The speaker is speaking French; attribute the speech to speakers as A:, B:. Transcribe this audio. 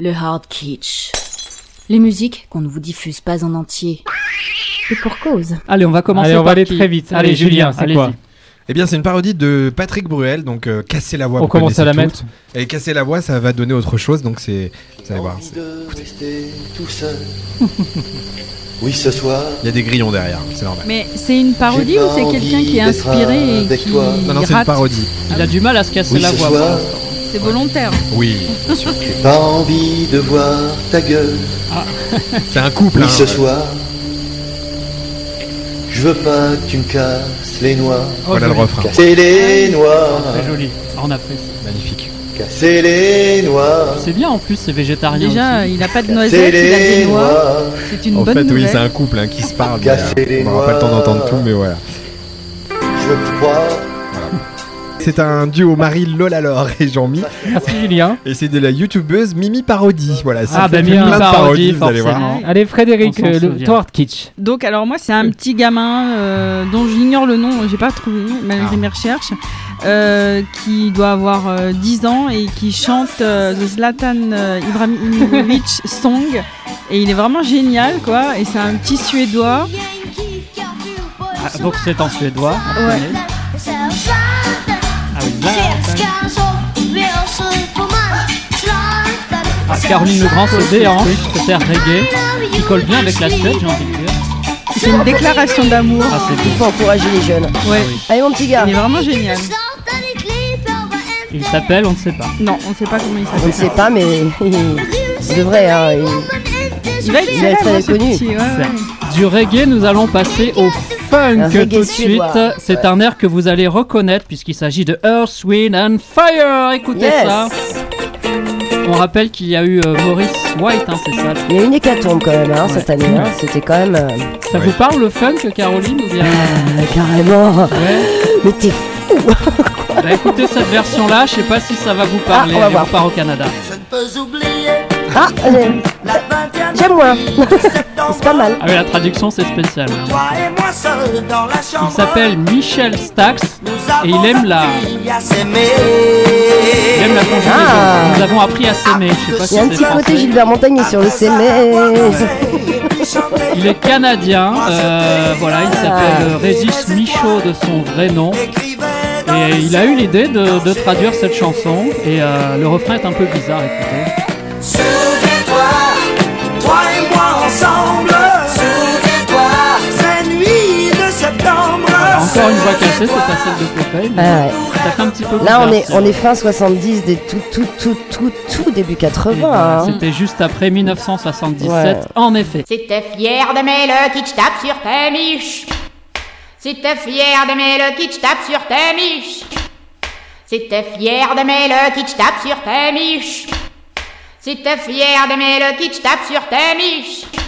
A: le hard kitsch. Les musiques qu'on ne vous diffuse pas en entier. Et pour cause.
B: Allez, on va commencer
C: Allez, on
B: par
C: va aller
B: qui
C: très vite.
B: Allez,
C: Allez, Julien,
B: Julien,
C: c'est
B: allez-y.
C: quoi
D: Eh bien, c'est une parodie de Patrick Bruel, donc euh, Casser la voix.
C: On
D: vous
C: commence à la
D: connaissez
C: mettre.
D: toutes. Et Casser la voix, ça va donner autre chose, donc c'est. Vous allez voir.
E: Envie
D: c'est-
E: de rester tout seul. oui, ce soir.
D: Il y a des grillons derrière, c'est normal.
F: Mais c'est une parodie
E: J'ai
F: ou
E: pas
F: c'est quelqu'un
E: envie
F: qui est
E: d'être euh,
F: inspiré et
E: avec
F: qui
E: toi.
D: Non, non, c'est une
F: rate
D: parodie.
B: Il a du mal à se casser
E: Oui,
B: la
E: ce
B: voix.
E: soir.
F: C'est volontaire.
D: Oui, bien sûr.
E: J'ai pas envie de voir ta gueule.
D: C'est un couple,
E: Oui,
D: hein.
E: ce soir. Je veux pas que tu me casses les noix.
D: Voilà le refrain.
E: Casser les noix.
B: Très joli. Ah, On apprécie.
D: Magnifique.
E: Casser les noix.
B: C'est bien en plus, c'est
D: Ah,
B: végétarien.
F: Déjà,
B: aussi.
F: il n'a pas de
E: Casser
F: noisettes, il a
E: les
F: des noix.
E: noix.
F: C'est une
D: En
F: bonne
D: fait, oui,
F: nouvelle.
D: c'est un couple hein, qui se parle.
E: Casser
D: mais, euh,
E: les
D: on n'aura pas le temps
E: noix.
D: d'entendre tout, mais voilà.
E: Je crois.
D: C'est un duo Marie Lolalore et Jean-Mi,
C: Merci Julien.
D: et c'est de la youtubeuse Mimi Parodie. Voilà, ça
B: Ah, bah,
D: fait
B: Mimi
D: plein de
B: Parodie,
D: parodies, vous allez voir.
B: forcément.
F: Ah,
C: Allez Frédéric,
B: On s'en
C: euh, le
B: souvient.
C: Toward Kitsch.
F: Donc alors moi c'est un petit gamin euh, dont j'ignore le nom, j'ai pas trouvé malgré
D: Ah.
F: mes recherches, euh, qui doit avoir euh, 10 ans et qui chante euh, The Zlatan euh, Ibrahimovic Song et il est vraiment génial quoi et c'est un petit suédois.
B: Ah, donc c'est en suédois. on
F: Ouais.
B: connaît. Ah oui, là, Ah, Caroline Legrand se déhanche, se faire reggae, qui colle bien avec la Suède, j'ai envie de dire.
F: C'est une déclaration d'amour.
B: Ah, c'est
G: Il
B: bien.
G: faut encourager les jeunes.
F: Ouais,
G: Allez mon petit gars,
F: il est vraiment génial.
B: Il s'appelle, on ne sait pas.
F: Non, on sait pas comment il
G: on
F: s'appelle.
G: ne sait pas mais il devrait. Hein, il-
F: Il va être
G: Il va être
F: célèbre, hein, ce
G: connu.
F: petit, ouais, ouais.
B: Du reggae, nous allons passer au funk
G: Un reggae
B: tout de suite.
G: suédois.
B: C'est un air que vous allez reconnaître puisqu'il s'agit de Earth, Wind and Fire. Écoutez
G: Yes.
B: ça. On rappelle qu'il y a eu euh, Maurice White, hein, c'est ça.
G: Il y a une hécatombe quand même hein, cette année. hein. C'était quand même. euh,
B: Ça
D: Ouais.
B: vous parle le funk, Caroline ou bien...
G: euh, carrément.
B: Ouais.
G: Mais t'es
B: Bah, écoutez cette version-là, je sais pas si ça va vous parler.
G: Ah, on va
B: Allez, on
G: voir.
B: part au Canada.
G: Ah, euh, j'aime moins. c'est pas mal.
B: Ah oui, la traduction c'est spécial. hein. Il s'appelle Michel Stax et il aime la, il aime la conjugaison.
G: Ah.
B: Nous avons appris à s'aimer. Je sais pas
G: Il
B: si
G: y a un
B: c'est
G: petit
B: français.
G: côté Gilbert Montagné Ah, sur le CMS.
B: Il est canadien, euh, voilà, il s'appelle euh, Régis Michaud de son vrai nom. Et il a eu l'idée de, de traduire cette chanson. Et euh, le refrain est un peu bizarre, écoutez.
H: Souviens-toi, toi et moi ensemble. Souviens-toi, ces nuits de septembre.
B: Encore une voix cassée, c'est pas celle de Popeye. mais
G: Ah ouais.
B: Ça fait un petit peu
G: Là,
B: bizarre,
G: on est,
B: c'est-
G: on est fin 70, des tout, tout, tout, tout, tout début 80. hein.
B: C'était juste après 1977,
G: Ouais.
B: en effet.
I: C'était fier d'aimer le kitsch tape sur tes miches. C'était fier d'aimer le kitsch tape sur tes miches. C'était fier d'aimer le kitsch tape sur tes miches. C'était fier d'aimer le kitsch tape sur tes miches.